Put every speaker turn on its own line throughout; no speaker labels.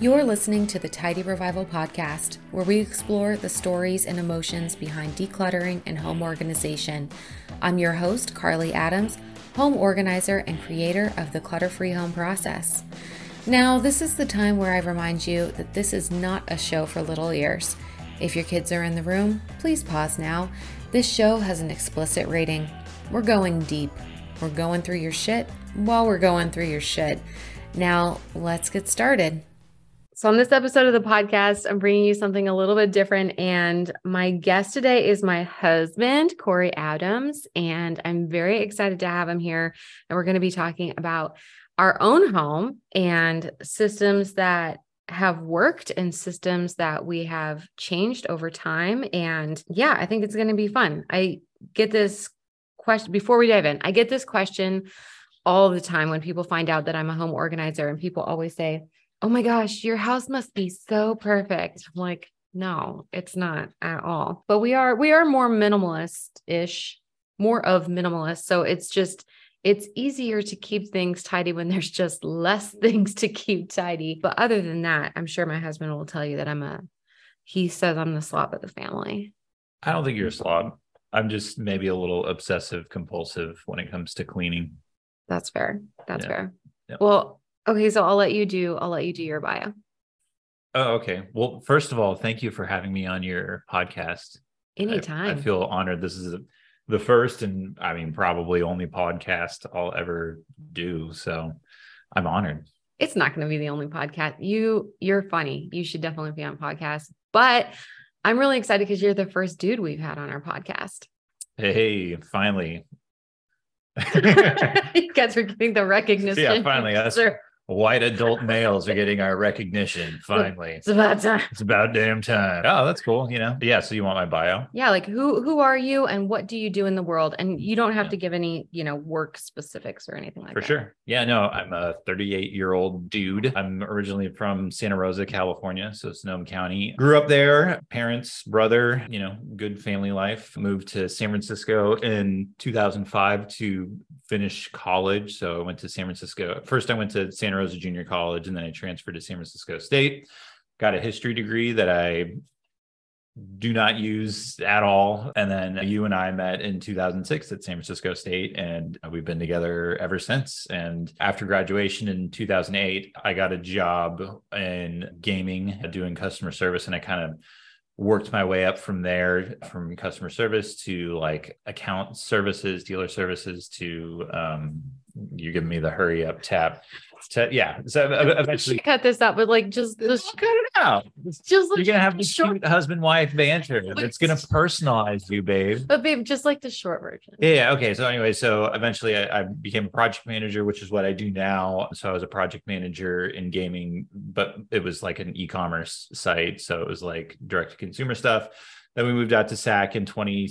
You're listening to the Tidy Revival podcast, where we explore the stories and emotions behind decluttering and home organization. I'm your host, Carly Adams, home organizer and creator of the Clutter Free Home Process. Now, this is the time where I remind you that this is not a show for little ears. If your kids are in the room, please pause now. This show has an explicit rating. We're going deep. We're going through your shit while we're going through your shit. Now, let's get started. So, on this episode of the podcast, I'm bringing you something a little bit different. And my guest today is my husband, Corey Adams. And I'm very excited to have him here. And we're going to be talking about our own home and systems that have worked and systems that we have changed over time. And yeah, I think it's going to be fun. I get this question before we dive in, I get this question all the time when people find out that I'm a home organizer, and people always say, oh my gosh, your house must be so perfect. I'm like, no, it's not at all. But we are we are more minimalist ish, more of minimalist. So it's just it's easier to keep things tidy when there's just less things to keep tidy. But other than that, I'm sure my husband will tell you that I'm a he says I'm the slob of the family.
I don't think you're a slob. I'm just maybe a little obsessive compulsive when it comes to cleaning.
That's fair. That's
Yeah.
fair.
Yeah.
Well, okay, so I'll let you do I'll let you do your bio.
Oh, okay. Well, first of all, thank you for having me on your podcast. I-
Anytime.
I, feel honored. This is the first and I mean probably only podcast I'll ever do. So I'm honored.
it's not going to be the only podcast. You you're funny. You should definitely be on podcasts. But I'm really excited because you're the first dude we've had on our podcast.
Hey, finally.
you guys are getting the recognition.
Yeah, finally, us.
Sure.
White adult males are getting our recognition finally.
It's about time.
It's about damn time. Oh, that's cool. You know, yeah. So you want my bio?
Yeah, like who who are you and what do you do in the world? And you don't have
Yeah.
to give any, you know, work specifics or anything like
For
that.
sure. Yeah, no, I'm a 38 year old dude. I'm originally from Santa Rosa, California, so Sonoma County. Grew up there, parents, brother, you know, good family life. Moved to San Francisco in 2005 to finish college. So I went to San Francisco. First, I went to Santa Rosa Junior College and then I transferred to San Francisco State. Got a history degree that I do not use at all. And then you and I met in 2006 at San Francisco State, and we've been together ever since. And after graduation in 2008, I got a job in gaming, doing customer service, and I kind of worked my way up from there from customer service to like account services dealer services to um you give me the hurry up tap Ta- yeah so e-,
Should
eventually
cut this out, but like just the sh-
cut it out
just like
you're gonna have
the
to
short,
shoot husband wife banter. That's gonna personalize you, babe.
but babe, just like the short version.
Yeah, yeah. Okay. So anyway, so eventually I, I became a project manager, which is what I do now. So I was a project manager in gaming, but it was like an e-commerce site, so it was like direct to consumer stuff. Then we moved out to SAC in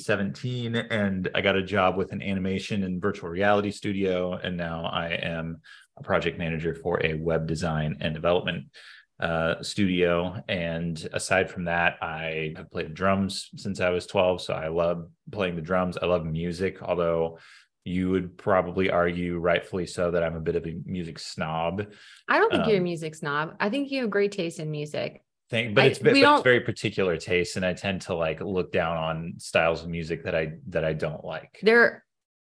2017, and I got a job with an animation and virtual reality studio, and now I am a project manager for a web design and development uh, studio. And aside from that, I have played drums since I was 12. So I love playing the drums. I love music, although you would probably argue, rightfully so, that I'm a bit of a music snob.
I don't think you're a
Um,
music snob. I think you have great taste in music.
Thing, but
I-
it's, but
we
it's
don't-
very particular taste, and I tend to like look down on styles of music that I that I don't like.
there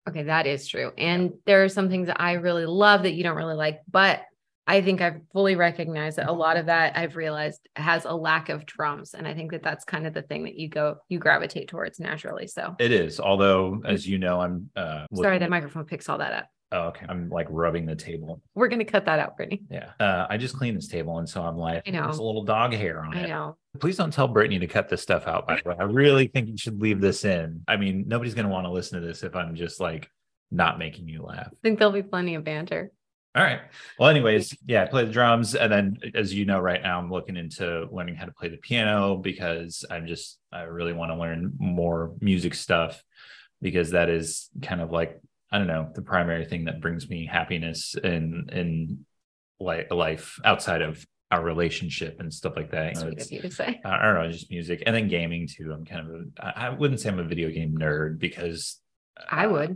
okay that is true and there are some things that i really love that you don't really like but i think i've fully recognized that a lot of that i've realized has a lack of drums and i think that that's kind of the thing that you go you gravitate towards naturally so
It is, although as you know, I'm uh,
Mm-hmm. sorry
looking-
that microphone picks all that up
oh, okay. I'm like rubbing the table.
we're going to cut that out brittany
Yeah, uh, I just cleaned this table, and so I'm like,
I know.
there's a little dog hair on
i
it.
know
Please don't tell Brittany to cut this stuff out. By the way, I really think you should leave this in. I mean, nobody's going to want to listen to this if I'm just like not making you laugh.
i think there'll be plenty of banter
All right. Well, anyways, yeah, I play the drums. And then, as you know, right now I'm looking into learning how to play the piano because I'm just, I really want to learn more music stuff because that is kind of like, I don't know, the primary thing that brings me happiness in, in like life outside of our relationship and stuff like that. You know,
sweet
it's-
of you to say
I I don't know, just music and then gaming too. I'm kind of a, I I wouldn't say I'm a video game nerd because
i
uh,
would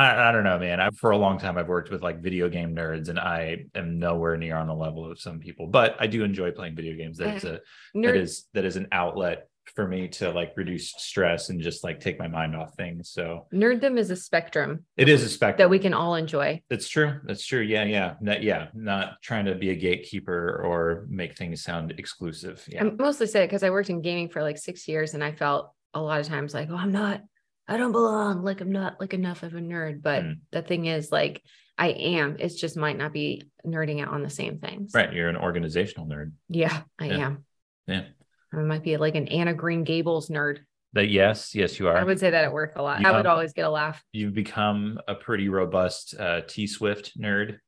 I, I don't know, man. I, for a long time, I've worked with like video game nerds, and I am nowhere near on the level of some people. But I do enjoy playing video games. That
Mm-hmm.
is a that
Nerd,
is that is an outlet for me to like reduce stress and just like take my mind off things. So
nerddom is a spectrum
it is a spectrum.
that we can all enjoy.
That's true. That's true. Yeah, yeah, That- yeah. Not trying to be a gatekeeper or make things sound exclusive. Yeah,
I mostly say it because I worked in gaming for like six years and I felt a lot of times like, oh, I'm not, I don't belong. Like, I'm not like enough of a nerd. But
Mm.
the thing is, like, I am. It's just might not be nerding out on the same things.
right. You're an organizational nerd.
Yeah, I
Yeah.
am.
Yeah.
I might be like an Anna Green Gables nerd.
That yes, yes, you
I
are.
would say that at work a lot.
You
I would
have-
always get a laugh.
You've become a pretty robust uh, T Swift nerd.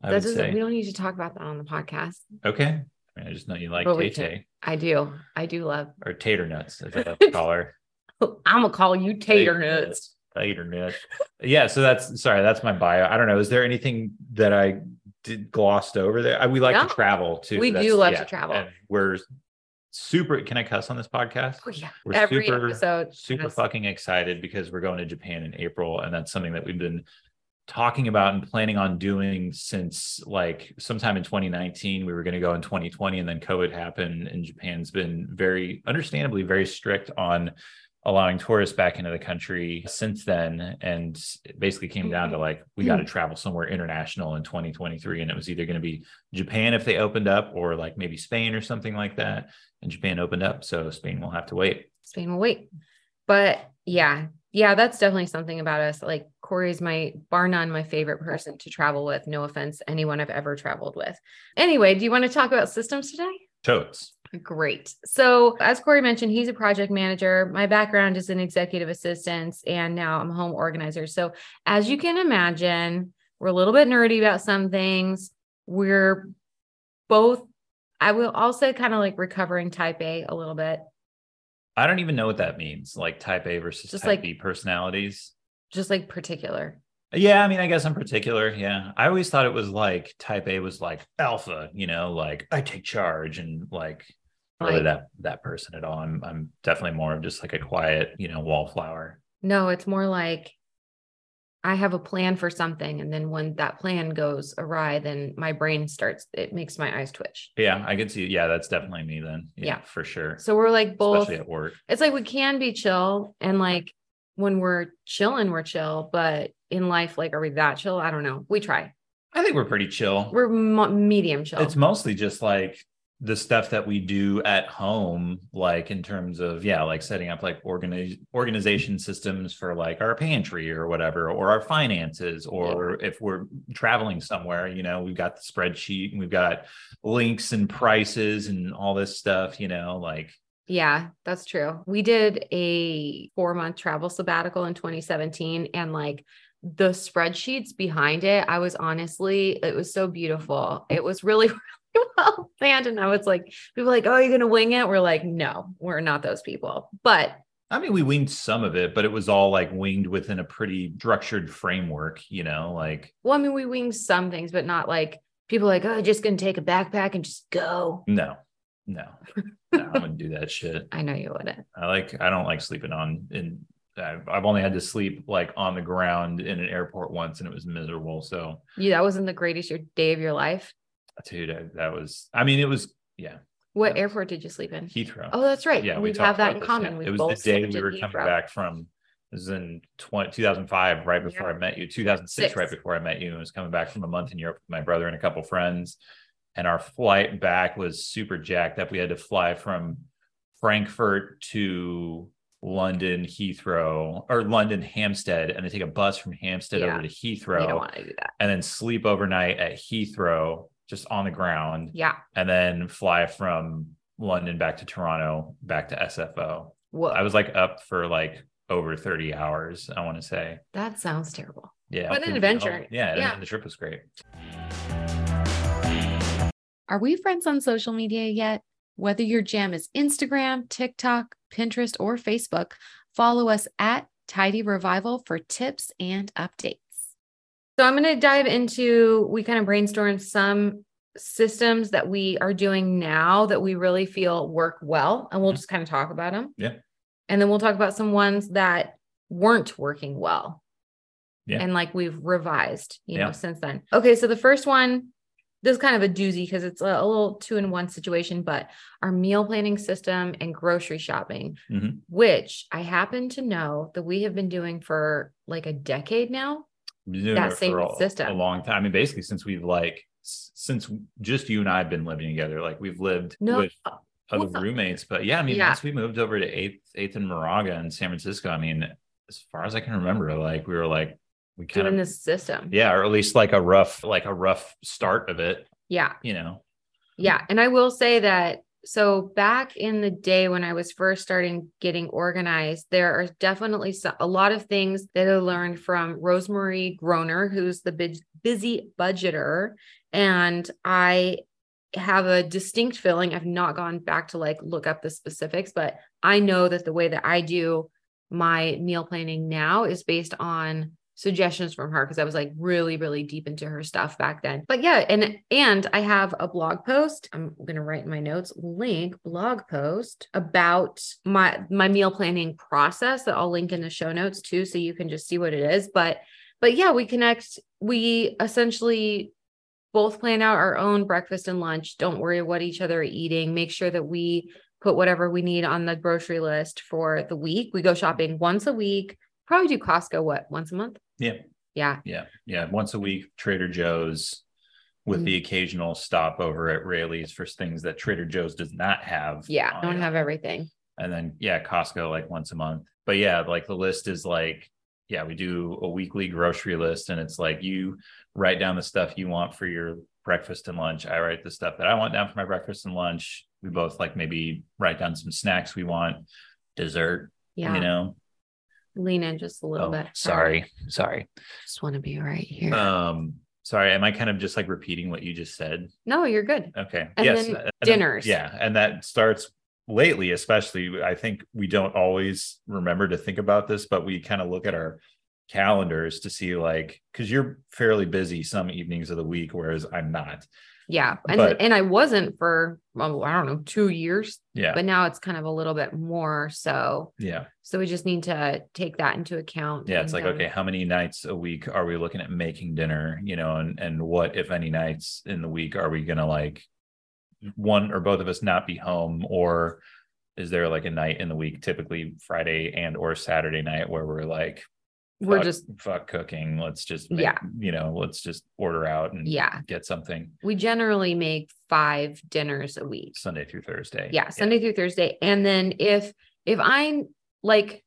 I
That
would
doesn't, we
say.
don't need to talk about that on the podcast.
Okay. I, mean, I just know you like
But we
Tay Tay
I do. I do love.
or Tater Nuts, as I love to call her.
I'm gonna call you tater nuts.
Tater Nuts. Yeah. So that's sorry. That's my bio. I don't know. Is there anything that I did glossed over there? I, we like
No.
to travel too.
We
That's-
do love
yeah.
to travel.
And we're super. Can I cuss on this podcast?
Oh yeah.
We're
Every
super-
episode.
super
Yes.
fucking excited because we're going to Japan in April, and that's something that we've been talking about and planning on doing since like sometime in 2019. We were going to go in 2020, and then COVID happened, and Japan's been very, understandably, very strict on allowing tourists back into the country since then and it basically came down to like we got to travel somewhere international in 2023 and it was either going to be Japan if they opened up or like maybe Spain or something like that and Japan opened up so Spain will have to wait
Spain will wait. But yeah, yeah, that's definitely something about us. Like Corey's my bar none my favorite person to travel with. No offense, anyone I've ever traveled with. Anyway, do you want to talk about systems today?
totes
Great. So, as Corey mentioned, he's a project manager. My background is in executive assistance, and now I'm a home organizer. So, as you can imagine, we're a little bit nerdy about some things. We're both, I will also kind of like recovering type A a little bit,
I don't even know what that means, like type A versus
Just
type
like-
B personalities.
just like particular.
Yeah, I mean, I guess I'm particular. Yeah. I always thought it was like type A was like alpha, you know, like I take charge and like not really
Like-
that that person at all. I'm I'm definitely more of just like a quiet, you know, wallflower.
No, it's more like I have a plan for something. And then when that plan goes awry, then my brain starts, it makes my eyes twitch.
Yeah, I can see. Yeah, that's definitely me then.
Yeah.
for sure.
So, we're like both.
Especially at work.
it's like we can be chill and like when we're chilling we're chill but in life like are we that chill i don't know we try
I think we're pretty chill.
we're mo- medium chill
It's mostly just like the stuff that we do at home, like in terms of yeah, like setting up like organize organization systems for like our pantry or whatever, or our finances, or if we're traveling somewhere, you know, we've got the spreadsheet and we've got links and prices and all this stuff, you know, like
yeah that's true we did a four month travel sabbatical in 2017 and like the spreadsheets behind it i was honestly it was so beautiful it was really really well planned and i was like people were like oh you're gonna wing it we're like no we're not those people but
I mean, we winged some of it, but it was all like winged within a pretty structured framework, you know, like
Well, I mean, we wing some things, but not like people like, oh, just gonna take a backpack and just go.
no, no, no, I wouldn't do that shit.
I know you wouldn't.
I like I don't like sleeping on in I've I've only had to sleep like on the ground in an airport once and it was miserable. So
You that wasn't the greatest your day of your life.
dude, I, that was I mean it was yeah,
What
Yeah.
airport did you sleep in?
Heathrow.
Oh, that's right.
yeah,
we,
talked
have that
about
in
this,
common.
yeah.
We
It
both
was the day
slept
we
in
were coming
Heathrow.
back from this is in 20, 2005, right before I met you, 2006,
Six.
right before I met you. I was coming back from a month in Europe with my brother and a couple friends. And our flight back was super jacked up. We had to fly from Frankfurt to London Heathrow or London Hampstead and then take a bus from Hampstead
Yeah.
over to
You don't
Heathrow
want to do that.
and then sleep overnight at Heathrow just on the ground
Yeah.
and then fly from London back to Toronto back to SFO.
Whoa.
I was like up for like over 30 hours, I want to say.
that sounds terrible.
Yeah.
What an
Pretty-
adventure.
Yeah,
Yeah.
yeah. The trip was great.
Are we friends on social media yet? Whether your jam is Instagram, TikTok, Pinterest, or Facebook, follow us at Tidy Revival for tips and updates. So, I'm going to dive into, we kind of brainstormed some systems that we are doing now that we really feel work well, and we'll just kind of talk about them.
Mm-hmm. Yeah.
And then we'll talk about some ones that weren't working well.
Yeah.
and like we've revised, you
Yeah.
know, since then. Okay, so the first one, this is kind of a doozy because it's a, a little two in one situation, but our meal planning system and grocery shopping,
Mhm.
which I happen to know that we have been doing for like a decade now.
Been doing
That
it
same
for a,
system.
a long time. I mean, basically since we've like s- since just you and I have been living together, like we've lived
No,
with
uh,
other
yeah.
roommates. But yeah, I mean,
Yeah.
once we moved over to eighth, eighth and Moraga in San Francisco, I mean, as far as I can remember, like we were like we kind
doing
of
this system.
yeah, or at least like a rough like a rough start of it,
yeah.
you know.
Yeah. And I will say that. So back in the day when I was first starting getting organized, there are definitely so- a lot of things that I learned from Rosemary Groner, who's the big, busy budgeter. And I have a distinct feeling. I've not gone back to like look up the specifics, but I know that the way that I do my meal planning now is based on suggestions from her because I was like really, really deep into her stuff back then. But yeah, and and I have a blog post. I'm gonna write in my notes link blog post about my my meal planning process that I'll link in the show notes too, so you can just see what it is. But but yeah, we connect. We essentially both plan out our own breakfast and lunch. Don't worry what each other are eating. Make sure that we put whatever we need on the grocery list for the week. We go shopping once a week. Probably do Costco what once a month?
Yeah.
Yeah.
Yeah. Yeah. Once a week, Trader Joe's with
Mm-hmm.
the occasional stop over at Rayleigh's for things that Trader Joe's does not have.
Yeah.
on
Don't
it.
have everything.
and then yeah, Costco like once a month. But yeah, like the list is like, yeah, we do a weekly grocery list and it's like you write down the stuff you want for your breakfast and lunch. I write the stuff that I want down for my breakfast and lunch. We both like maybe write down some snacks we want, dessert,
Yeah.
you know.
Lean in just a little
uh, Oh,
bit.
Sorry. Sorry.
Just want to be right here.
Um sorry, am I kind of just like repeating what you just said?
no, you're good.
Okay.
And
yes.
then
and
dinners.
yeah. And that starts lately, especially. I think we don't always remember to think about this, but we kind of look at our calendars to see, like, because you're fairly busy some evenings of the week, whereas I'm not.
Yeah. And
But-
and I wasn't for well, I don't know, two years,
Yeah.
but now it's kind of a little bit more so.
yeah.
So we just need to take that into account.
Yeah. It's
and,
like,
um,
okay, how many nights a week are we looking at making dinner, you know, and, and what, if any nights in the week are we going to like one or both of us not be home or is there like a night in the week typically friday and or saturday night where we're like
We're
fuck-
just
fuck cooking. Let's just
Yeah.
you know, let's just order out and
yeah.
get something
We generally make five dinners a week.
Sunday through Thursday.
yeah sunday through thursday and then if if i'm like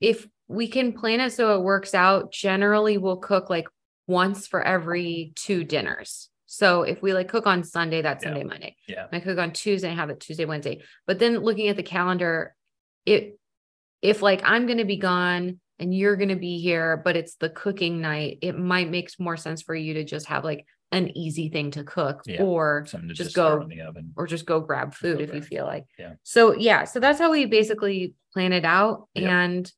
if we can plan it so it works out generally we'll cook like once for every two dinners so if we like cook on sunday that's
Yeah.
sunday monday
Yeah.
i cook on tuesday I have it tuesday wednesday but then looking at the calendar it if like i'm going to be gone and you're going to be here but it's the cooking night it might make more sense for you to just have like an easy thing to cook
Yeah.
or
Something to
Just
just, throw
go.
in the oven.
or just go grab food
Go
if you
grab
feel like.
Yeah.
So yeah, so that's how we basically plan it out
Yep.
and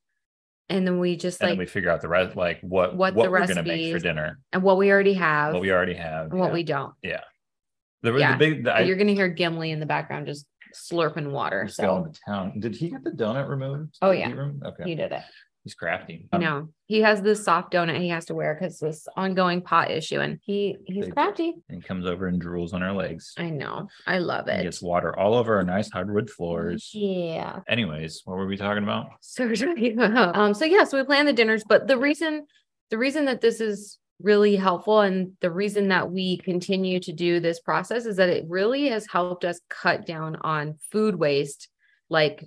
and then we just
And
like
then we figure out the rest like what
what
what,
the
we're gonna make for
recipes
dinner,
and what we already have
what we already have.
and what
yeah.
we don't.
the,
yeah.
the big the,
But
I
you're gonna hear Gimli in the background just slurping water.
just fell
So
into town. Did he get the donut removed?
Oh,
The
yeah.
heat room? Okay.
he did it.
He's crafty.
You know, he has this soft donut he has to wear because this ongoing pot issue and he he's
Big-
crafty.
And he comes over and drools on our legs.
I know. I love
And
it.
gets water all over our nice hardwood floors.
Yeah.
Anyways, what were we talking about?
surgery. um, so yeah, so we plan the dinners, but the reason the reason that this is really helpful and the reason that we continue to do this process is that it really has helped us cut down on food waste like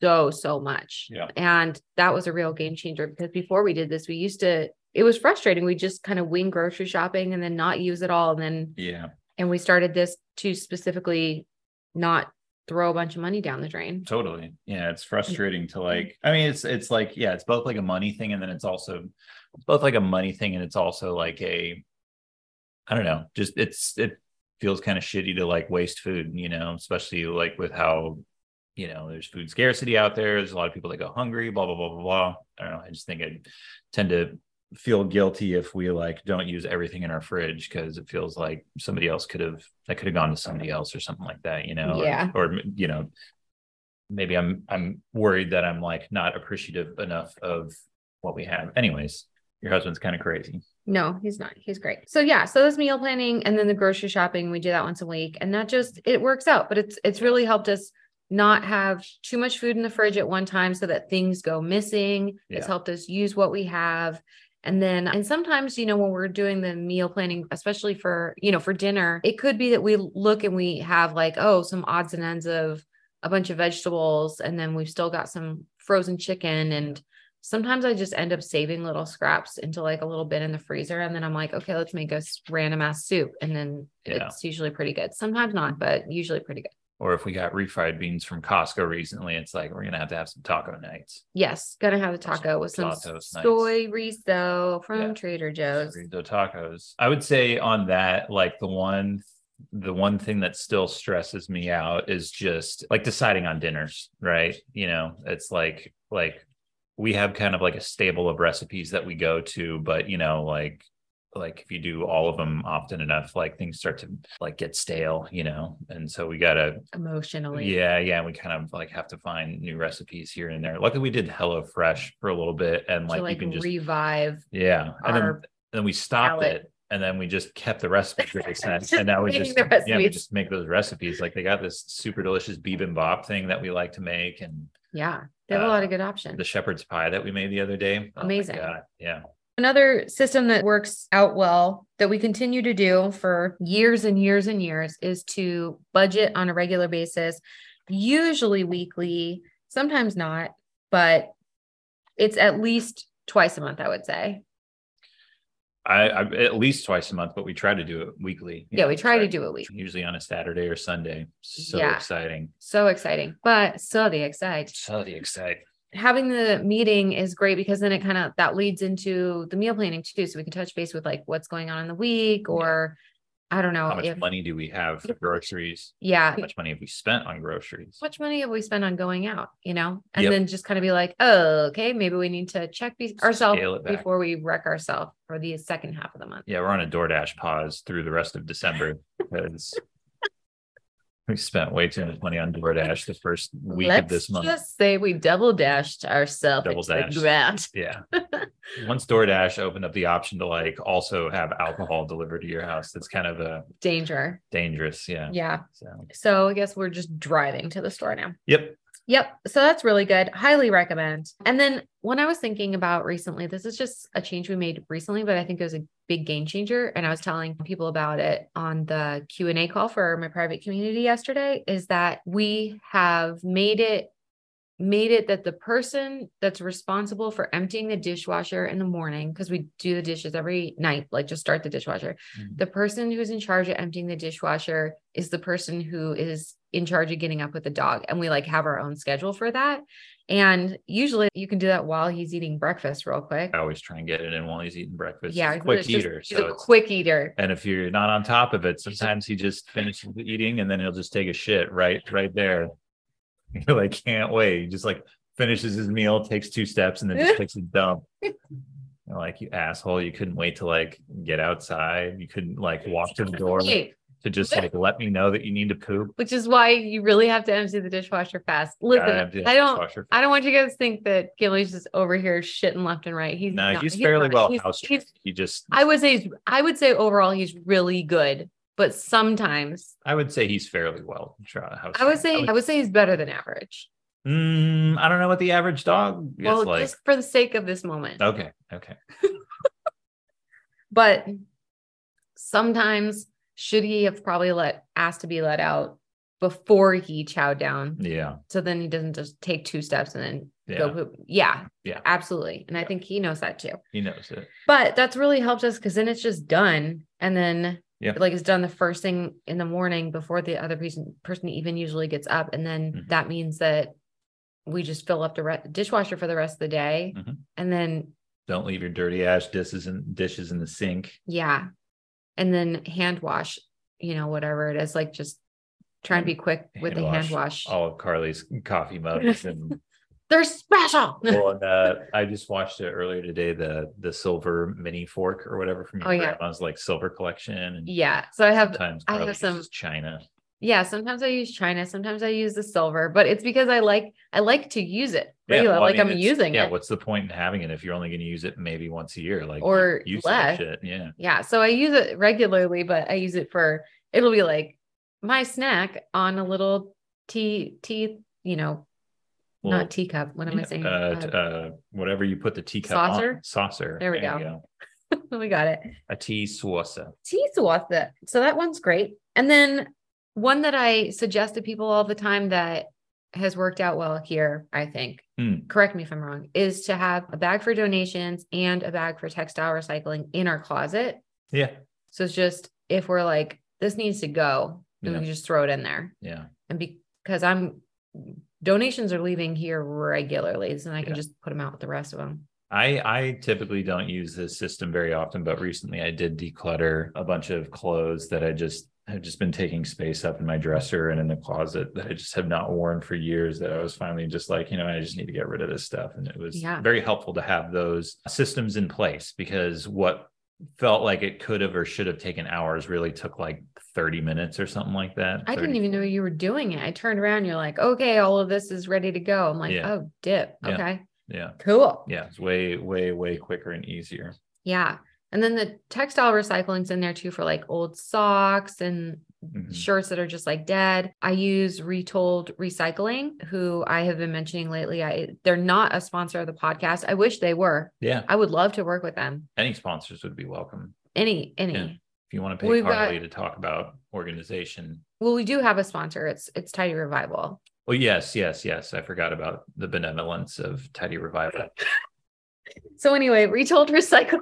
so so much.
Yeah.
And that was a real game changer because before we did this, we used to it was frustrating. We just kind of wing grocery shopping and then not use it all and then
Yeah.
and we started this to specifically not throw a bunch of money down the drain.
Totally. Yeah, it's frustrating
Mm-hmm.
to like I mean it's it's like yeah, it's both like a money thing and then it's also it's both like a money thing and it's also like a I don't know, just it's it feels kind of shitty to like waste food, you know, especially like with how you know, there's food scarcity out there. There's a lot of people that go hungry, blah blah blah blah blah. I don't know. I just think I tend to feel guilty if we like don't use everything in our fridge because it feels like somebody else could have that could have gone to somebody else or something like that, you know. or-
Yeah.
or you know, maybe I'm I'm worried that I'm like not appreciative enough of what we have. Anyways, Your husband's kind of crazy.
No, he's not. He's great. So yeah, so this meal planning and then the grocery shopping, we do that once a week and that just it works out, but it's it's really helped us not have too much food in the fridge at one time so that things go missing. It's
Yeah.
helped us use what we have. And then and sometimes, you know, when we're doing the meal planning, especially for, you know, for dinner, it could be that we look and we have like, oh, some odds and ends of a bunch of vegetables and then we've still got some frozen chicken and sometimes I just end up saving little scraps into like a little bit in the freezer. And then I'm like, okay, let's make a s- random ass soup. And then
Yeah.
it's usually pretty good. Sometimes not, but usually pretty good.
Or if we got refried beans from Costco recently, it's like we're gonna have to have some taco nights.
Yes. Gonna have a
Some
taco with some
gelatos, nice.
soy riso from
Yeah.
Trader Joe's.
Burrito tacos. I would say on that, like the one the one thing that still stresses me out is just like deciding on dinners, right? You know, it's like like we have kind of like a stable of recipes that we go to, but you know, like like if you do all of them often enough, like things start to like get stale, you know. And so we gotta
Emotionally.
yeah, yeah. We kind of like have to find new recipes here and there. Luckily, we did HelloFresh for a little bit, and like,
to like
you can just
revive
yeah, and then,
our-
and then we stopped
palate.
it, and then we just kept the recipes, that they sent,
Just
and now we
making
just
the
yeah, we
recipes.
just make those recipes. Like they got this super delicious bibimbap thing that we like to make, and
yeah. They have a
Uh,
lot of good options.
the shepherd's pie that we made the other day. Oh my
Amazing.
God, yeah,
Another system that works out well that we continue to do for years and years and years is to budget on a regular basis, usually weekly, sometimes not, but it's at least twice a month, I would say.
I, I at least twice a month, but we try to do it weekly.
Yeah, we try to do it weekly.
usually on a Saturday or Sunday. So
Yeah.
exciting!
So exciting, but so the exciting.
So exciting.
having the meeting is great because then it kind of that leads into the meal planning too. So we can touch base with like what's going on in the week or I don't know
How much
if
money do we have for groceries?
yeah,
how much money have we spent on groceries?
how much money have we spent on going out, you know? And
Yep.
then just kind of be like, oh, okay, maybe we need to check be- ourselves
Scale it back.
before we wreck ourselves for the second half of the month.
Yeah, we're on a DoorDash pause through the rest of December because we spent way too much money on DoorDash the first week
Let's
of this month.
just say we double dashed ourselves
Double
into the
dashed.
ground.
Yeah. Once DoorDash opened up the option to like also have alcohol delivered to your house, that's kind of a
Danger.
dangerous. Yeah.
Yeah.
So,
So I guess we're just driving to the store now.
yep.
Yep. So that's really good. Highly recommend. And then when I was thinking about recently, this is just a change we made recently, but I think it was a big game changer. And I was telling people about it on the Q and A call for my private community yesterday. Is that we have made it made it that the person that's responsible for emptying the dishwasher in the morning because we do the dishes every night like just start the dishwasher
Mhm.
the person who's in charge of emptying the dishwasher is the person who is in charge of getting up with the dog and we like have our own schedule for that and usually you can do that while he's eating breakfast real quick
I always try and get it in while he's eating breakfast.
yeah
He's a
it's
quick
just-
eater.
he's
so
a
it's-
quick eater
and if you're not on top of it, sometimes he just finishes eating and then he'll just take a shit right right there. You're like, can't wait. He just like finishes his meal, takes two steps, and then just takes a dump. You're like, you asshole, you couldn't wait to like get outside. You couldn't like walk to the door
Yeah,
to just like let me know that you need to poop.
which is why you really have to empty the dishwasher fast listen
Gotta empty the
i don't
dishwasher.
I don't want you guys to think that Gilly's just over here shitting left and right. He's
No,
not-
he's fairly
not.
well
He's-
house
he's-
trained. He just
I would say he's- I would say overall he's really good, but sometimes
I would say he's fairly well tra- house
I would
trained.
say I would say he's better than average.
Mm, I don't know what the average dog is
Well,
like.
just for the sake of this moment,
Okay, okay.
but sometimes should he have probably let asked to be let out before he chowed down,
Yeah.
so then he doesn't just take two steps and then
Yeah.
go poop. Yeah,
Yeah.
absolutely. And I think he knows that too.
He knows it.
but that's really helped us because then it's just done and then
Yeah.
like it's done the first thing in the morning before the other person person even usually gets up and then
Mhm.
that means that we just fill up the re- dishwasher for the rest of the day
Mhm.
and then
Don't leave your dirty ash dishes and dishes in the sink.
yeah and then hand wash you know whatever it is like just try and be
Mm-hmm.
quick with the hand wash
All of Carly's coffee mugs and
they're special
well, and, uh, I just watched it earlier today. The the silver mini fork or whatever from your
Oh, yeah.
grandma's like silver collection. And
yeah so i have
sometimes
I have
Carly
some-
uses china.
Yeah, sometimes I use china, sometimes I use the silver, but it's because I like I like to use it.
Yeah,
Regular,
well, I
like
mean,
I'm
it's-
using
Yeah,
it.
what's the point in having it if you're only going to use it maybe once a year? Like
Or
use
less.
that shit. Yeah.
Yeah, so I use it regularly, but I use it for it'll be like my snack on a little tea tea, you know,
Well,
not teacup. What am I
yeah,
saying?
Uh,
Uh,
t- uh, whatever you put the teacup
Saucer?
on. Saucer.
There we
You
go. we got it.
A tea saucer.
Tea swatha. So that one's great. And then one that I suggest to people all the time that has worked out well here, I think.
Hmm.
Correct me if I'm wrong, is to have a bag for donations and a bag for textile recycling in our closet.
Yeah.
So it's just if we're like, this needs to go, then we
Yeah.
can just throw it in there.
Yeah.
And because I'm donations are leaving here regularly, so I can
Yeah.
just put them out with the rest of them.
I I typically don't use this system very often, but recently I did declutter a bunch of clothes that I just have just been taking space up in my dresser and in the closet that I just have not worn for years. That I was finally just like, you know, I just need to get rid of this stuff, and it was
Yeah.
very helpful to have those systems in place because what felt like it could have or should have taken hours really took like 30 minutes or something like that.
I
30
didn't even know you were doing it. I turned around, you're like, okay, all of this is ready to go. I'm like,
Yeah.
oh, dip.
Yeah.
Okay,
Yeah.
cool.
Yeah. It's way, way, way quicker and easier.
Yeah. And then the textile recycling's in there too for like old socks and
Mhm.
shirts that are just like dead. I use Retold Recycling, who I have been mentioning lately. I they're not a sponsor of the podcast. I wish they were.
Yeah.
I would love to work with them.
Any sponsors would be welcome.
Any, any.
Yeah. if you want to pay
We've
Carly to talk about organization.
Well, we do have a sponsor. It's it's Tidy Revival.
Oh yes, yes, yes. I forgot about the benevolence of Tidy Revival.
So anyway, Retold Recycling.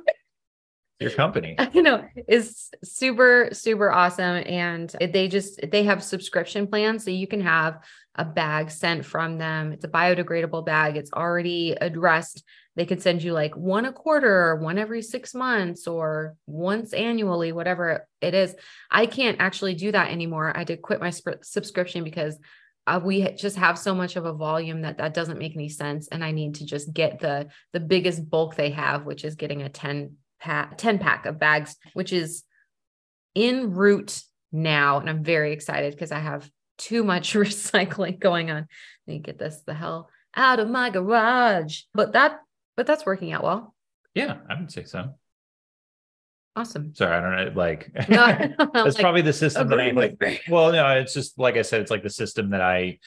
Your company.
I know is super super awesome and they just they have subscription plans so you can have a bag sent from them it's a biodegradable bag it's already addressed they could send you like one a quarter or one every 6 months or once annually whatever it is I can't actually do that anymore I did quit my sp- subscription because uh, we ha- just have so much of a volume that that doesn't make any sense and I need to just get the the biggest bulk they have, which is getting a 10 pack, 10 pack of bags, which is in route now. And I'm very excited because I have too much recycling going on. Let me get this the hell out of my garage. But that, but that's working out well.
Yeah, I would say so.
Awesome.
Sorry, I don't know. Like
No,
that's
I'm like,
probably the system that I
agreeing
like.
with me.
Well, no, it's just like I said, it's like the system that I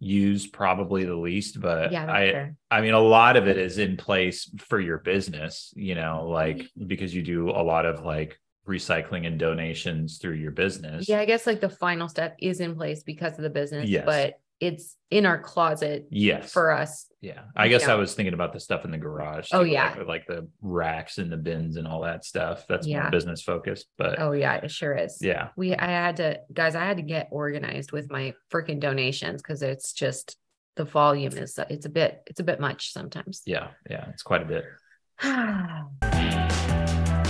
use probably the least, but
yeah, that's
I
fair.
I mean, a lot of it is in place for your business, you know, like
Mm-hmm.
because you do a lot of like recycling and donations through your business.
Yeah, I guess like the final step is in place because of the business,
Yes.
but it's in our closet
Yes.
for us.
Yeah. I guess
Yeah.
I was thinking about the stuff in the garage.
Oh,
too,
yeah.
Like, like the racks and the bins and all that stuff. That's
Yeah.
more business focused. But
Oh, yeah, it sure is.
yeah.
we I had to guys I had to get organized with my freaking donations because it's just the volume is it's a bit it's a bit much sometimes.
Yeah. Yeah. It's quite a bit.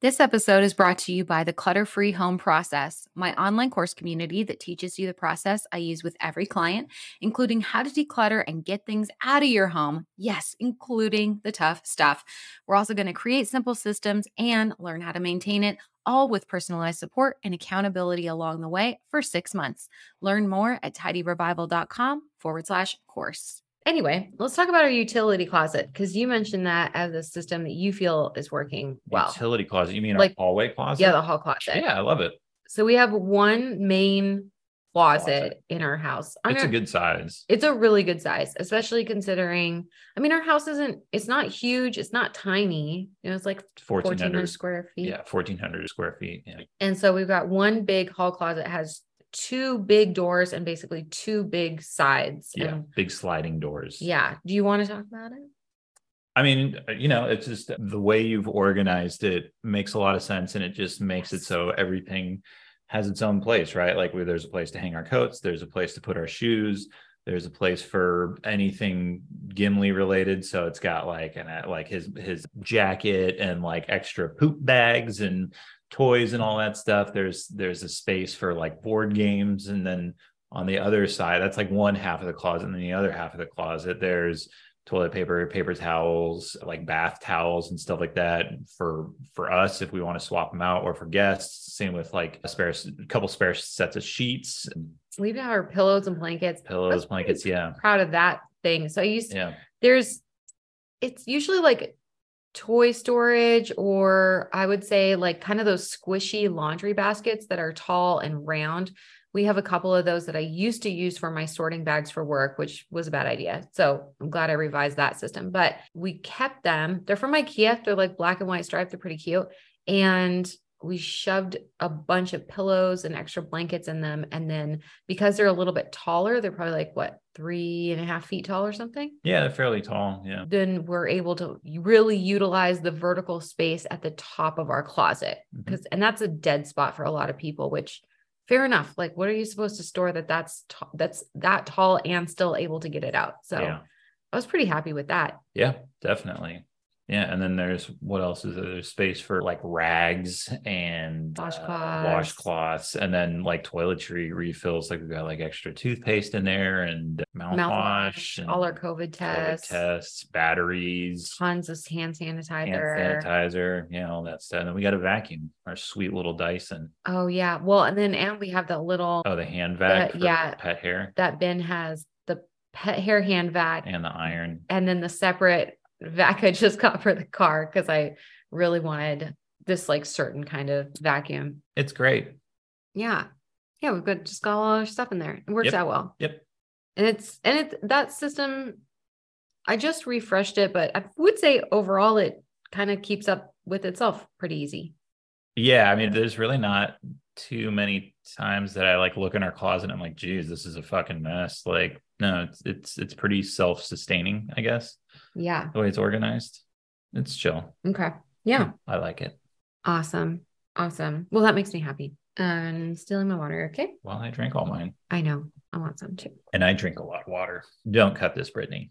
This episode is brought to you by the Clutter Free Home Process, my online course community that teaches you the process I use with every client, including how to declutter and get things out of your home. Yes, including the tough stuff. We're also going to create simple systems and learn how to maintain it, all with personalized support and accountability along the way for six months. Learn more at tidyrevival.com forward slash course. Anyway, let's talk about our utility closet because you mentioned that as a system that you feel is working well.
Utility closet. You mean
Like-
our hallway closet?
Yeah, the hall closet.
Yeah. I love it.
So we have one main closet,
Closet.
in our house. I
It's a
know-
good size.
it's a really good size, especially considering. I mean, our house isn't. It's not huge. It's not tiny. You know, it's like
1400
1400 square feet.
Yeah. 1400 square feet. Yeah.
And so we've got one big hall closet has two big doors and basically two big sides.
Yeah.
And
Big sliding doors.
yeah. Do you want to talk about it?
I mean, you know, it's just the way you've organized it makes a lot of sense and it just makes it
Yes.
so everything has its own place, right? Like where there's a place to hang our coats, there's a place to put our shoes, there's a place for anything Gimli related. So it's got like an uh, like his his jacket and like extra poop bags and toys and all that stuff. There's there's a space for like board games and then on the other side, that's like one half of the closet. And then the other half of the closet, there's toilet paper, paper towels, like bath towels and stuff like that for for us if we want to swap them out or for guests. Same with like a spare a couple spare sets of sheets, and
We've got our pillows and blankets.
pillows,
pretty-
blankets. Yeah.
Proud of that thing. So I used
Yeah.
there's it's usually like toy storage or I would say like kind of those squishy laundry baskets that are tall and round. We have a couple of those that I used to use for my sorting bags for work, which was a bad idea. So I'm glad I revised that system, but we kept them. They're from IKEA. They're like black and white striped. They're pretty cute. And we shoved a bunch of pillows and extra blankets in them. And then because they're a little bit taller, they're probably like what, three and a half feet tall or something?
Yeah, they're fairly tall. Yeah.
then we're able to really utilize the vertical space at the top of our closet
Mhm.
because and that's a dead spot for a lot of people which fair enough like what are you supposed to store that that's t- that's that tall and still able to get it out so
Yeah.
i was pretty happy with that
Yeah, definitely. Yeah, and then there's what else is there? There's space for like rags and uh,
Washcloths.
washcloths, and then like toiletry refills. Like we got like extra toothpaste in there and mouthwash,
mouthwash
and
all our covid
toilet
tests,
tests, batteries,
tons of hand sanitizer.
hand sanitizer, yeah, all that stuff. And then we got a vacuum, our sweet little Dyson.
oh yeah well and then and we have that little
Oh, the hand vac,
The-
for
yeah.
pet hair
that bin has the pet hair hand vac
and the iron.
and then the separate vac I just got for the car because I really wanted this like certain kind of vacuum.
It's great.
Yeah. Yeah, we've got just got all our stuff in there. It works
Yep.
out well.
Yep.
And it's and it's that system I just refreshed it, but I would say overall it kind of keeps up with itself pretty easy.
Yeah, I mean, there's really not too many times that I like look in our closet and I'm like, geez, this is a fucking mess. Like, no, it's it's it's pretty self-sustaining, I guess,
Yeah.
the way it's organized. It's chill.
Okay. Yeah.
I like it.
Awesome. Awesome. Well, that makes me happy. Um stealing my water. Okay.
Well, I drink all mine.
I know. I want some too.
And I drink a lot of water. Don't cut this, Brittany.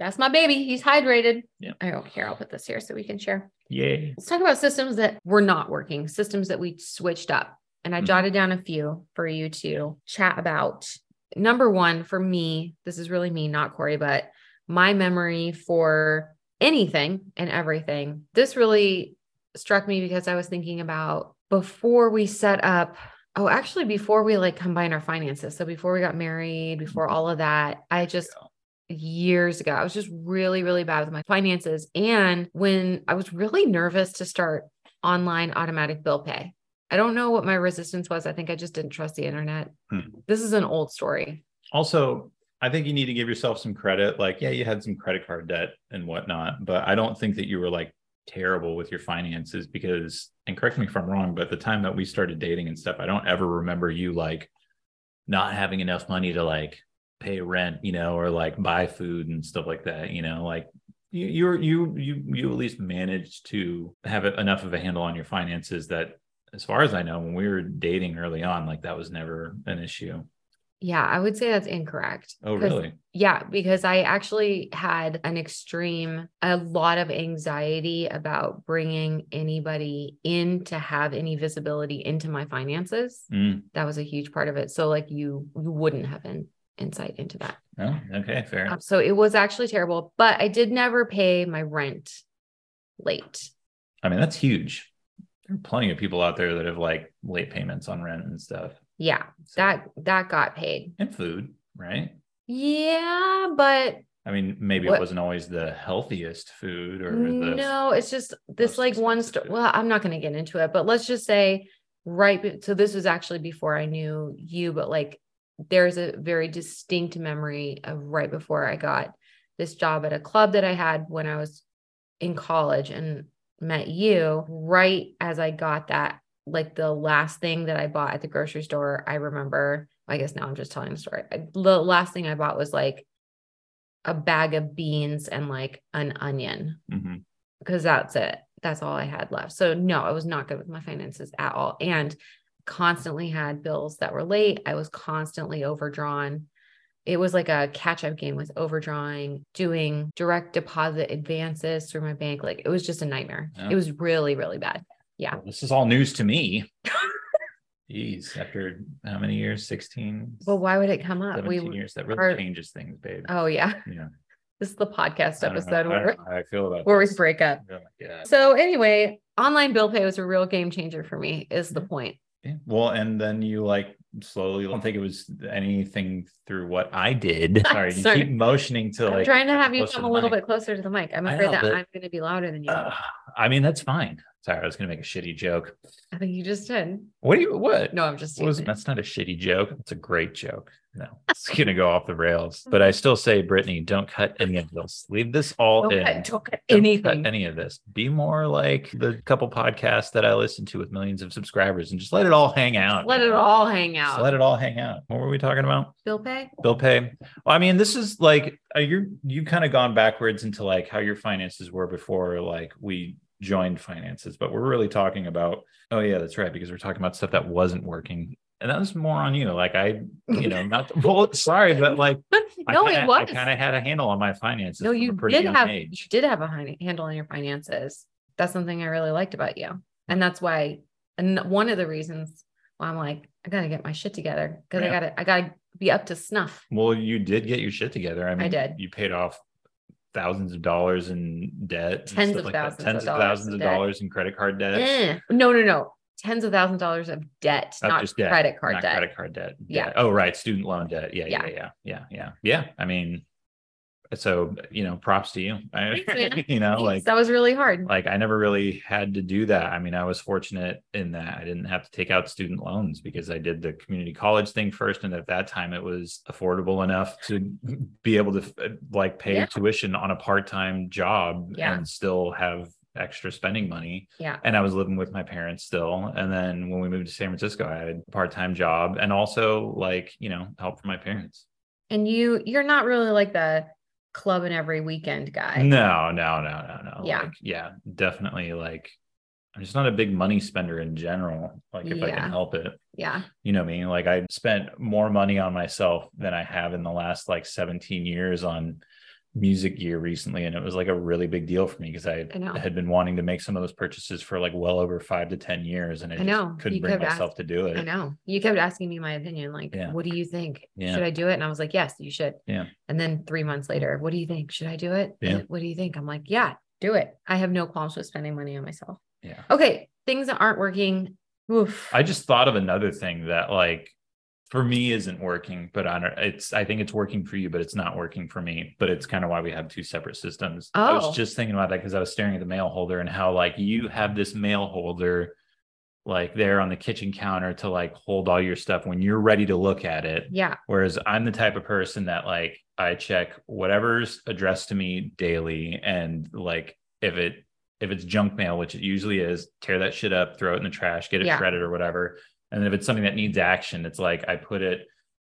That's my baby. He's hydrated.
Yeah.
I don't care. I'll put this here so we can share.
Yay.
Let's talk about systems that were not working, systems that we switched up. And I
Mhm.
jotted down a few for you to chat about. Number one, for me, this is really me, not Corey, but my memory for anything and everything. This really struck me because I was thinking about before we set up, oh, actually, before we like combine our finances. So before we got married, before all of that, I just years ago. I was just really, really bad with my finances. And when I was really nervous to start online automatic bill pay, I don't know what my resistance was. I think I just didn't trust the internet.
Hmm.
This is an old story.
Also, I think you need to give yourself some credit. Like, yeah, you had some credit card debt and whatnot, but I don't think that you were like terrible with your finances because, and correct me if I'm wrong, but the time that we started dating and stuff, I don't ever remember you like not having enough money to like pay rent, you know, or like buy food and stuff like that, you know, like you you're, you you you at least managed to have e, enough of a handle on your finances that as far as I know when we were dating early on like that was never an issue.
Yeah, I would say that's incorrect.
Oh
'Cause-
really?
Yeah, because I actually had an extreme, a lot of anxiety about bringing anybody in to have any visibility into my finances.
Mm.
That was a huge part of it. So, like, you you wouldn't have an insight into that.
Oh, okay, fair.
Um, so it was actually terrible, but I did never pay my rent late.
I mean, that's huge. There are plenty of people out there that have like late payments on rent and stuff.
Yeah,
So-
that that got paid.
and food, right?
Yeah, but
I mean, maybe it
What-
wasn't always the healthiest food or the
no, it's just this
most
like one
expensive
story.
food.
Well, I'm not going to get into it, but let's just say right. be- So this was actually before I knew you, but like there's a very distinct memory of right before I got this job at a club that I had when I was in college and met you. Right as I got that, like the last thing that I bought at the grocery store, I remember. I guess now I'm just telling the story. I- The last thing I bought was like a bag of beans and like an onion
Mhm.
because that's it. That's all I had left. So no, I was not good with my finances at all. And constantly had bills that were late. I was constantly overdrawn. It was like a catch up game with overdrawing, doing direct deposit advances through my bank. Like it was just a nightmare.
Yeah.
It was really, really bad. Yeah.
Well, this is all news to me. Jeez, after how many years? 16,
But why would it come up?
17
We,
years. That really
our-
changes things, babe.
oh, yeah.
Yeah.
This is the podcast
I don't know-
episode
I,
where,
don't know how I feel about
where we
this.
break up.
Oh my God.
So anyway, online bill pay was a real game changer for me. Is the
Yeah.
point?
Yeah. Well, and then you like slowly. I don't think it was anything through what I did. Sorry, you
Sorry.
keep motioning to
I'm
like.
trying to have you
close to
come
the
a little
mic.
bit closer to the mic. I'm
I
afraid
know,
that
but-
I'm going to be louder than you.
Ugh, I mean, that's fine. Sorry, I was gonna make a shitty joke.
I think you just did.
What do you? What?
No, I'm just.
What was-
teasing.
that's not a shitty joke. It's a great joke. No, it's gonna go off the rails.
Mm-hmm.
But I still say, Brittany, don't cut any of this. Leave this all
Don't
in.
cut, don't cut
Don't cut
anything.
any of this. Be more like the couple podcasts that I listen to with millions of subscribers, and just let it all hang out.
Let
you
it
know?
all hang
Just
out.
let it all hang out. What were we talking about?
bill pay.
Bill pay. Well, I mean, this is like uh, you're you kind of gone backwards into like how your finances were before, like we joined finances, but we're really talking about. Oh yeah, that's right, because we're talking about stuff that wasn't working, and that was more on you. Like I, you know, not the well, sorry, but like
no,
I
it
kinda,
was.
I kind of had a handle on my finances.
no,
from a
you
pretty
did
young
have
age.
you did have a hin- handle on your finances. That's something I really liked about you, and that's why. And one of the reasons why I'm like, I gotta get my shit together because I
Yeah.
gotta, I gotta be up to snuff.
Well, you did get your shit together. I mean,
did.
You paid off thousands of dollars in debt, and
Tens
stuff
of
like that.
thousands of
tens of
dollars
thousands
in
of
debt.
dollars in credit card debt.
Eh. No, no, no. Tens of thousands of dollars of debt,
Not
not
just debt,
credit card
not
debt.
credit card debt.
Yeah.
Yeah. Oh, right. Student loan debt. Yeah, yeah.
Yeah.
Yeah. Yeah. Yeah. Yeah. I mean, so you know, props to you. I,
Thanks, man.
you know, like
that was really hard.
like I never really had to do that. I mean, I was fortunate in that I didn't have to take out student loans because I did the community college thing first, and at that time it was affordable enough to be able to uh, like pay
Yeah.
tuition on a part-time job
Yeah.
and still have extra spending money.
Yeah.
And I was living with my parents still. And then when we moved to San Francisco, I had a part-time job and also like, you know, help from my parents.
and you, you're not really like the clubbing every weekend guy.
No, no, no, no, no.
Yeah.
Like, yeah, definitely. Like, I'm just not a big money spender in general. Like, if I
Yeah.
can help it,
Yeah.
you know me. Like, I spent more money on myself than I have in the last like 17 years on music gear recently. And it was like a really big deal for me because I,
I know.
had been wanting to make some of those purchases for like well over five to 10 years. And I,
I
just
know.
couldn't
You
bring
kept
myself to do it.
I know. You kept asking me my opinion, like,
Yeah.
what do you think?
Yeah.
Should I do it? And I was like, yes, you should.
Yeah.
And then three months later, what do you think? Should I do it?
Yeah.
And What do you think? I'm like, yeah, do it. I have no qualms with spending money on myself.
Yeah.
Okay. Things that aren't working. Oof.
I just thought of another thing that like for me isn't working, but on it's I think it's working for you, but it's not working for me. But it's kind of why we have two separate systems. I
Oh.
was just thinking about that because I was staring at the mail holder and how like you have this mail holder like there on the kitchen counter to like hold all your stuff when you're ready to look at it.
yeah.
Whereas I'm the type of person that like I check whatever's addressed to me daily and like if it if it's junk mail, which it usually is, tear that shit up, throw it in the trash, get it
Yeah.
shredded or whatever. And if it's something that needs action, it's like I put it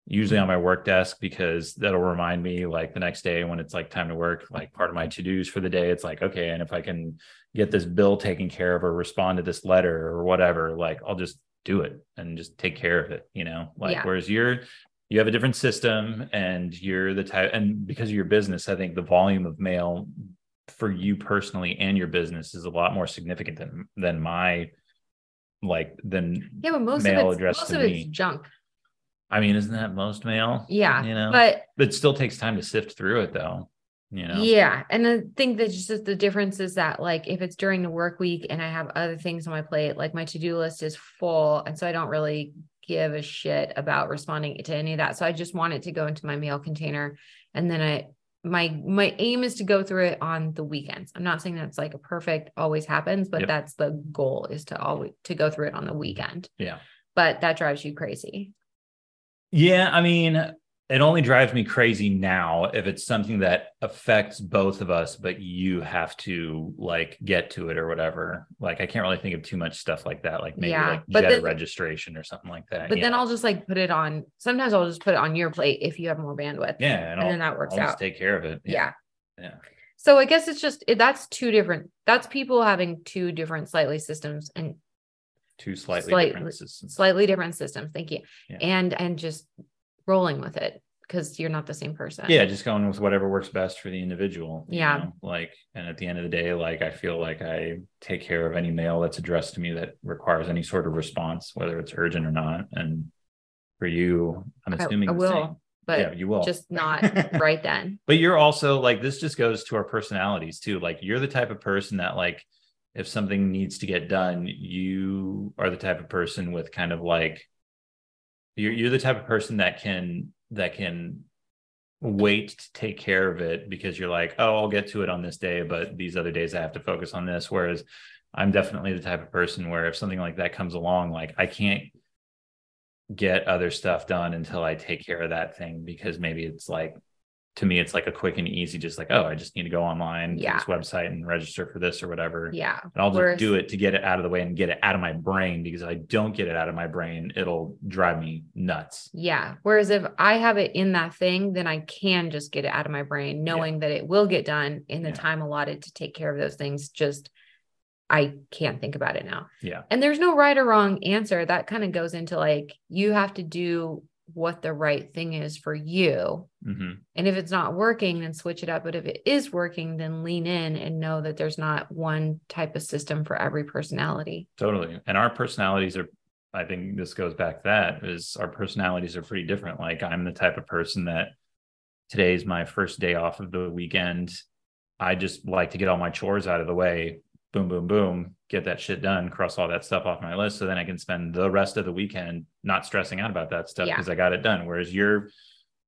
usually on my work desk because that'll remind me like the next day when it's like time to work, like part of my to-dos for the day. It's like, okay, and if I can get this bill taken care of or respond to this letter or whatever, like I'll just do it and just take care of it, you know? Like
Yeah.
whereas you're you have a different system and you're the type and because of your business i think the volume of mail for you personally and your business is a lot more significant than than my like than
Yeah. But most of
Mail
it's,
addressed
most
to
of it's
me.
junk.
i mean isn't that most mail
Yeah.
you know
But
it still takes time to sift through it though you know
Yeah. And I think that just the difference is that like if it's during the work week and I have other things on my plate, like my to-do list is full. And so I don't really give a shit about responding to any of that. So I just want it to go into my mail container. And then I my my aim is to go through it on the weekends. I'm not saying that's like a perfect always happens, but
Yep.
that's the goal is to always to go through it on the weekend.
Yeah.
But that drives you crazy.
Yeah, I mean, it only drives me crazy now if it's something that affects both of us, but you have to like get to it or whatever. Like, I can't really think of too much stuff like that, like maybe
Yeah,
like
but
Jetta
then-
registration or something like that.
But
Uh, yeah.
then I'll just like put it on sometimes I'll just put it on your plate if you have more bandwidth.
yeah, and,
And
I'll,
then that works
I'll
out.
just take care of it.
yeah.
Yeah.
So I guess it's just it- that's two different. That's people having two different slightly systems and
two slightly,
Slightly-
different systems.
slightly different systems. Thank you.
Yeah.
And and just rolling with it because you're not the same person.
yeah, just going with whatever works best for the individual. you
Yeah.
know? Like, and at the end of the day, like, I feel like I take care of any mail that's addressed to me that requires any sort of response, whether it's urgent or not. And for you, I'm
I-
assuming
I
the
will.
same.
but
yeah, you will.
just not right then.
But you're also like this just goes to our personalities too. Like you're the type of person that like if something needs to get done, you are the type of person with kind of like you're you're the type of person that can that can wait to take care of it because you're like, oh, I'll get to it on this day, but these other days I have to focus on this. Whereas I'm definitely the type of person where if something like that comes along, like I can't get other stuff done until I take care of that thing because maybe it's like to me it's like a quick and easy just like oh I just need to go online to
Yeah.
this website and register for this or whatever
Yeah.
and I'll
Whereas-
just do it to get it out of the way and get it out of my brain because if I don't get it out of my brain it'll drive me nuts
Yeah. Whereas if I have it in that thing, then I can just get it out of my brain, knowing that it will get done in the
Yeah.
time allotted to take care of those things. Just I can't think about it now.
Yeah.
And there's no right or wrong answer. That kind of goes into like you have to do what the right thing is for you.
hmm
And if it's not working, then switch it up. But if it is working, then lean in and know that there's not one type of system for every personality.
Totally. And our personalities are, I think this goes back to that is our personalities are pretty different. Like I'm the type of person that today's my first day off of the weekend. I just like to get all my chores out of the way. Boom, boom, boom, get that shit done, cross all that stuff off my list. So then I can spend the rest of the weekend not stressing out about that stuff
Yeah.
because I got it done. Whereas you're,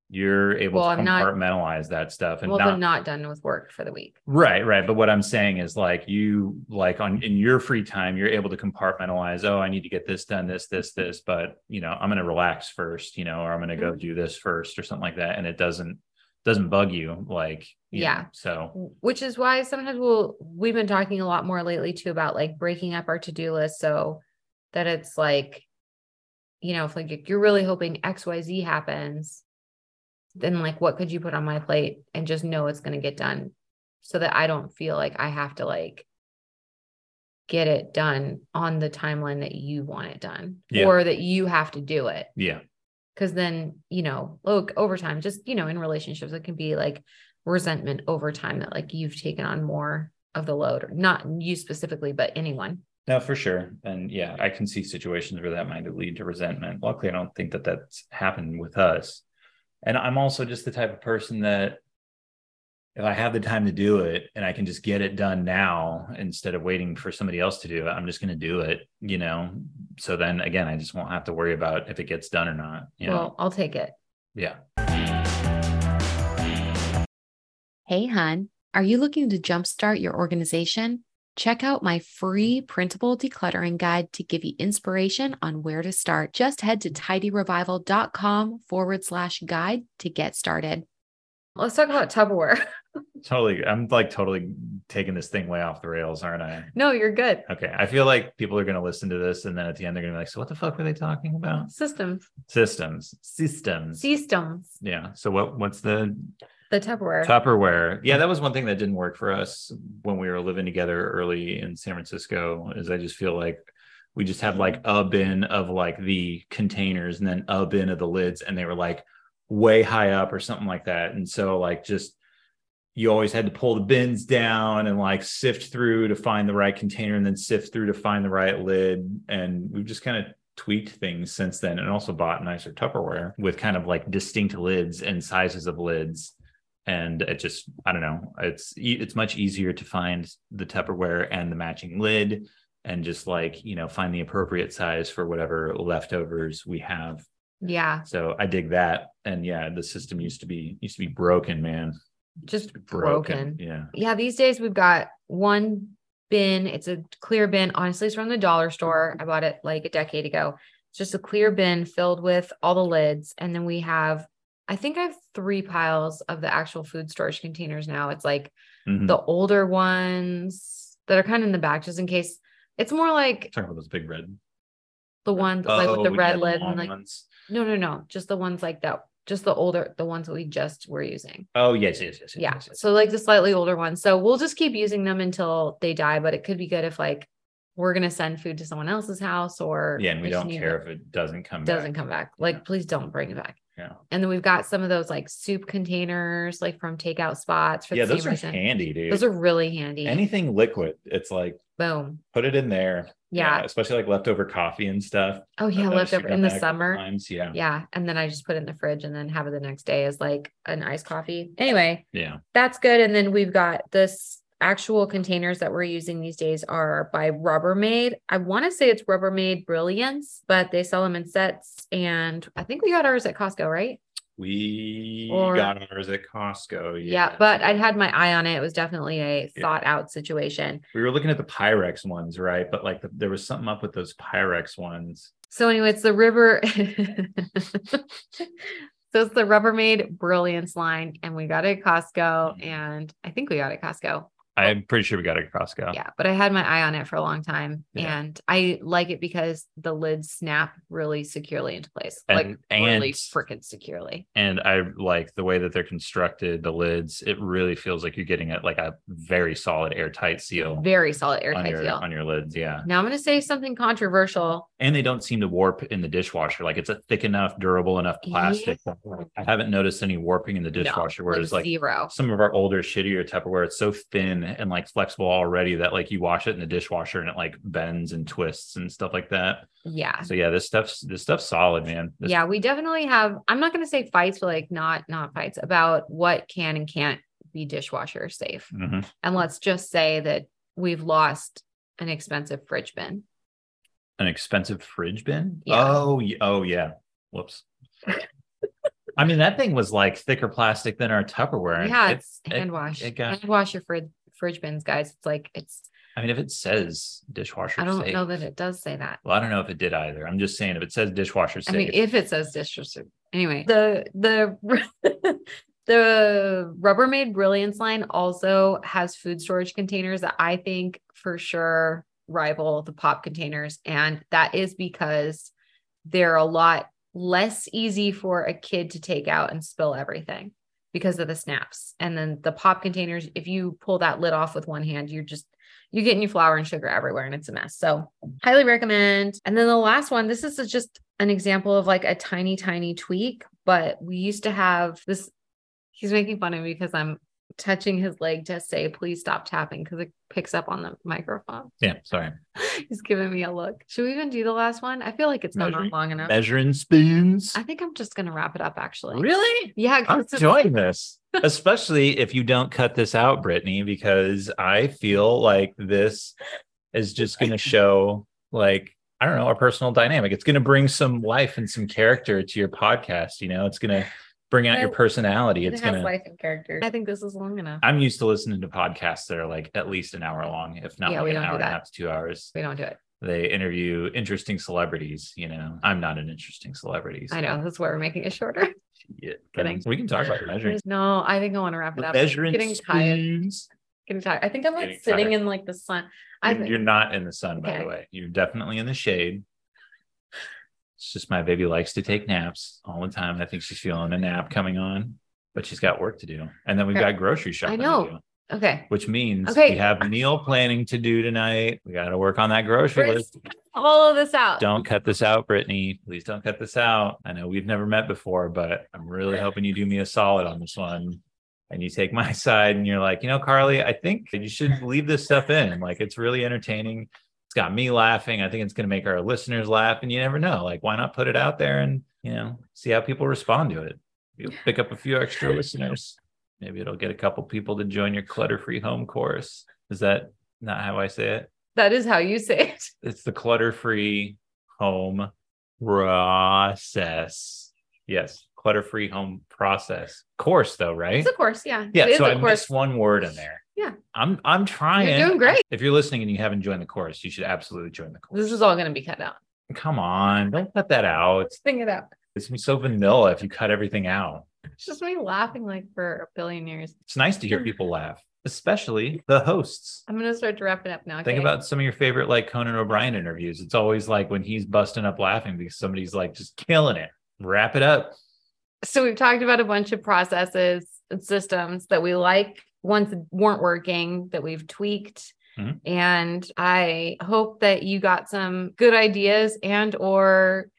you're able
Well,
to
I'm not-
compartmentalize that stuff and
well,
not
they're not done with work for the week.
Right, right. But what I'm saying is like you like on in your free time, you're able to compartmentalize, oh, I need to get this done, this, this, this, but you know, I'm gonna relax first, you know, or I'm gonna go do this first or something like that. And it doesn't doesn't bug you like you know,
Yeah.
so
which is why sometimes we'll we've been talking a lot more lately too about like breaking up our to-do list so that it's like you know if like you're really hoping xyz happens then like what could you put on my plate and just know it's going to get done so that i don't feel like i have to like get it done on the timeline that you want it done
Yeah.
or that you have to do it
yeah,
because then you know look over time just you know in relationships it can be like resentment over time that like you've taken on more of the load or not you specifically but anyone
no, for sure. And yeah, I can see situations where that might lead to resentment. Luckily, I don't think that that's happened with us. And I'm also just the type of person that if I have the time to do it and I can just get it done now instead of waiting for somebody else to do it, I'm just going to do it, you know? So then again, I just won't have to worry about if it gets done or not. You know?
well i'll take it
yeah.
Hey, hun, are you looking to jumpstart your organization? Check out my free printable decluttering guide to give you inspiration on where to start. Just head to tidyrevival.com forward slash guide to get started.
let's talk about tupperware
Totally. I'm like totally taking this thing way off the rails, aren't I?
no you're good
Okay. I feel like people are going to listen to this and then at the end, they're going to be like, so what the fuck were they talking about?
systems
Systems. Systems.
systems
yeah. So what what's the
the tupperware
Tupperware. Yeah, that was one thing that didn't work for us when we were living together early in San Francisco. Is I just feel like we just had like a bin of like the containers and then a bin of the lids, and they were like way high up or something like that. And so like just you always had to pull the bins down and like sift through to find the right container and then sift through to find the right lid. And we've just kind of tweaked things since then and also bought nicer Tupperware with kind of like distinct lids and sizes of lids and it just i don't know it's e- it's much easier to find the tupperware and the matching lid and just like you know find the appropriate size for whatever leftovers we have
yeah
so i dig that and yeah the system used to be used to be broken man
just broken.
yeah
yeah these days we've got one bin it's a clear bin honestly it's from the dollar store i bought it like a decade ago it's just a clear bin filled with all the lids and then we have i think i have three piles of the actual food storage containers now it's like
Mhm.
the older ones that are kind of in the back just in case it's more like
talking about those big red
the ones like with the
Oh,
red
yeah,
lid and
long
like
ones.
no no no just the ones like that just the older the ones that we just were using
oh yes yes yes, yes,
yeah
yes, yes.
so like the slightly older ones so we'll just keep using them until they die but it could be good if like we're gonna send food to someone else's house or
yeah and we
it's
don't
new,
care if it doesn't come
it doesn't
back.
come back like please don't bring it back
yeah
and then we've got some of those like soup containers like from takeout spots for
yeah
the
those
same
are
reason
handy dude
those are really handy
anything liquid it's like
Boom.
Put it in there.
Yeah.
Especially like leftover coffee and stuff.
Oh yeah,
Sometimes
leftover
you go
in the
back
summer.
Times. Yeah.
Yeah. And then I just put it in the fridge and then have it the next day as like an iced coffee. Anyway,
Yeah.
that's good. And then we've got this actual containers that we're using these days are by Rubbermaid. I want to say it's Rubbermaid Brilliance, but they sell them in sets. And I think we got ours at Costco, right?
We
Or-
got ours at Costco.
Yeah. but I'd had my eye on it. It was definitely a
Yeah.
thought out situation.
we were looking at the Pyrex ones, right? But like the, there was something up with those Pyrex ones.
So anyway, it's the river. so it's the Rubbermaid Brilliance line, and we got it at Costco,
Mhm.
and I think we got it at Costco.
I'm pretty sure we got it at Costco.
Oh. Yeah, but I had my eye on it for a long time,
Yeah.
and I like it because the lids snap really securely into place, like
And- and-
really freaking securely.
And I like the way that they're constructed, the lids, it really feels like you're getting it like a very solid airtight seal
Very solid
on
airtight
your
seal.
on your lids. Yeah.
Now I'm going to say something controversial.
And they don't seem to warp in the dishwasher. Like it's a thick enough, durable enough plastic. that, like, I haven't noticed any warping in the
No,
dishwasher, whereas like
zero.
some of our older, shittier Tupperware, it's so thin and like flexible already that like you wash it in the dishwasher and it like bends and twists and stuff like that.
Yeah.
So yeah, this stuff's this stuff's solid, man. This-
yeah, we definitely have. I'm not going to say fights, but like not not fights about what can and can't be dishwasher safe.
Mhm.
And let's just say that we've lost an expensive fridge bin.
An expensive fridge bin.
Yeah.
Oh, y- oh yeah. Whoops. I mean, that thing was like thicker plastic than our Tupperware. and
Yeah,
it-
it's hand wash.
it got-
hand wash your fridge fridge bins, guys. It's like it's.
I mean, if it says dishwasher
I don't
safe-
know that it does say that.
Well, I don't know if it did either. I'm just saying if it says dishwasher
I
safe.
mean, if it says dishwasher, anyway, the the the Rubbermaid Brilliance line also has food storage containers that I think for sure rival the pop containers, and that is because they're a lot less easy for a kid to take out and spill everything because of the snaps. And then the pop containers, if you pull that lid off with one hand, you're just you're getting your flour and sugar everywhere and it's a mess. So highly recommend. And then the last one, this is just an example of like a tiny, tiny tweak, but we used to have this. He's making fun of me because I'm touching his leg to say, please stop tapping because it picks up on the microphone.
yeah, sorry.
He's giving me a look. Should we even do the last one? I feel like it's gone on
Measuring-
long enough.
Measuring spoons.
I think I'm just going to wrap it up actually.
Really?
Yeah. 'cause
I'm
it's-
enjoying this, especially if you don't cut this out, Brittany, because I feel like this is just going to show, like, I don't know, our personal dynamic. It's going to bring some life and some character to your podcast. You know, it's going to bring out your
Well,
personality.
it
It's
has
going to.
life and character. I think this is long enough.
I'm used to listening to podcasts that are like at least an hour long, if not
Yeah,
like
we
an
don't do
hour and a
that.
half to two hours.
we don't do it.
They interview interesting celebrities. You know, I'm not an interesting celebrity.
I know. That's why we're making it shorter.
Yeah,
Kidding.
we can talk about measuring.
No, I think I want to wrap it up. I'm
Measuring
getting tired.
spoons.
Getting tired. I think I'm like
Getting
sitting
tired.
in like the sun. I
You're, you're not in the sun, by
Okay.
the way. You're definitely in the shade. It's just my baby likes to take naps all the time. I think she's feeling a nap coming on, but she's got work to do. And then we've got grocery shopping. to
know.
do,
okay.
which means
Okay.
we have meal planning to do tonight. We got to work on that grocery
Chris,
list.
All of this out.
Don't cut this out, Brittany. Please don't cut this out. I know we've never met before, but I'm really hoping you do me a solid on this one. And you take my side and you're like, you know, Carly, I think you should leave this stuff in. Like, it's really entertaining. It's got me laughing. I think it's going to make our listeners laugh. And you never know. Like, why not put it out there and, you know, see how people respond to it? You'll pick up a few extra listeners. Maybe it'll get a couple people to join your clutter free home course. Is that not how I say it?
That is how you say it.
it's the clutter-free home process. Yes, clutter-free home process course, though, right?
It's a course. Yeah.
yeah.
It is
So
a
I missed one word in there.
Yeah.
I'm I'm trying.
doing great.
If you're listening and you haven't joined the course, you should absolutely join the course.
This is all going to be cut out.
Come on, don't cut that out.
Think it out.
It's gonna be so vanilla if you cut everything out.
It's just me laughing like for a billion years.
It's nice to
Hmm.
hear people laugh, especially the hosts.
I'm going to start to wrap it up now. okay?
Think about some of your favorite like Conan O'Brien interviews. It's always like when he's busting up laughing because somebody's like just killing it. Wrap it up.
so we've talked about a bunch of processes and systems that we like ones that weren't working that we've tweaked
Mhm.
and i hope that you got some good ideas and or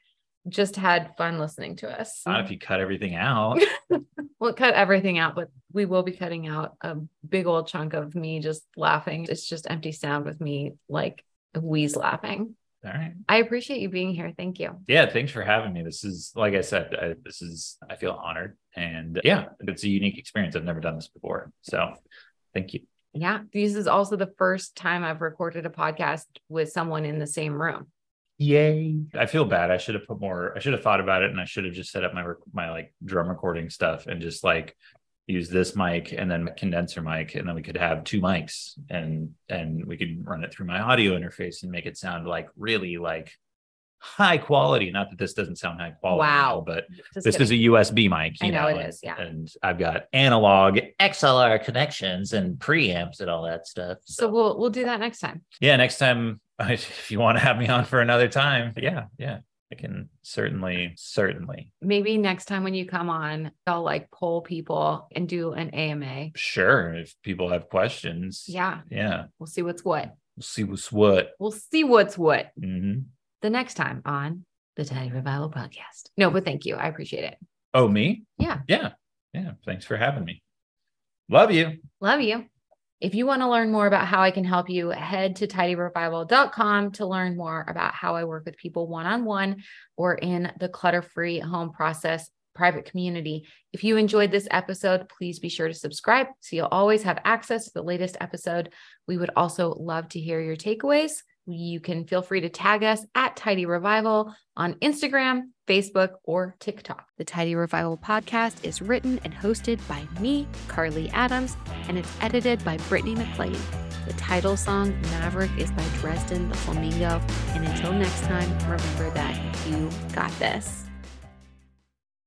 just had fun listening to us Mm.
Not if you cut everything out.
we'll cut everything out but we will be cutting out a big old chunk of me just laughing. It's just empty sound with me like wheeze laughing.
All right.
I appreciate you being here. Thank you.
Yeah, thanks for having me. This is, like I said, I, this is, I feel honored. And uh, yeah, it's a unique experience. I've never done this before. So thank you.
Yeah. This is also the first time I've recorded a podcast with someone in the same room.
Yay. I feel bad. I should have put more, I should have thought about it and I should have just set up my, rec- my like drum recording stuff and just like use this mic and then a condenser mic. And then we could have two mics and, and we could run it through my audio interface and make it sound like really like high quality. Not that this doesn't sound high quality.
Wow.
now, But
Just
this is a
kidding.
USB mic.
I
You
know it
and-
is, yeah.
And I've got analog XLR connections and preamps and all that stuff.
so we'll we'll do that next time.
yeah, next time if you want to have me on for another time, yeah, yeah, I can certainly, certainly,
Maybe next time when you come on, I'll like poll people and do an AMA.
sure. If people have questions,
Yeah,
yeah,
we'll see what's what.
we'll see what's what.
We'll see what's what
Mhm.
the next time on the Tiny Revival podcast. No, but thank you. I appreciate it.
Oh, me?
Yeah.
yeah, yeah. Thanks for having me. Love you.
Love you. If you want to learn more about how I can help you, head to tidyrevival.com to learn more about how I work with people one on one or in the clutter free home process private community. If you enjoyed this episode, please be sure to subscribe so you'll always have access to the latest episode. We would also love to hear your takeaways. You can feel free to tag us at Tidy Revival on Instagram, Facebook, or TikTok. The Tidy Revival podcast is written and hosted by me, Carly Adams and it's edited by Brittany McLean. The title song, Maverick, is by Dresden the Flamingo. And until next time, remember that you got this.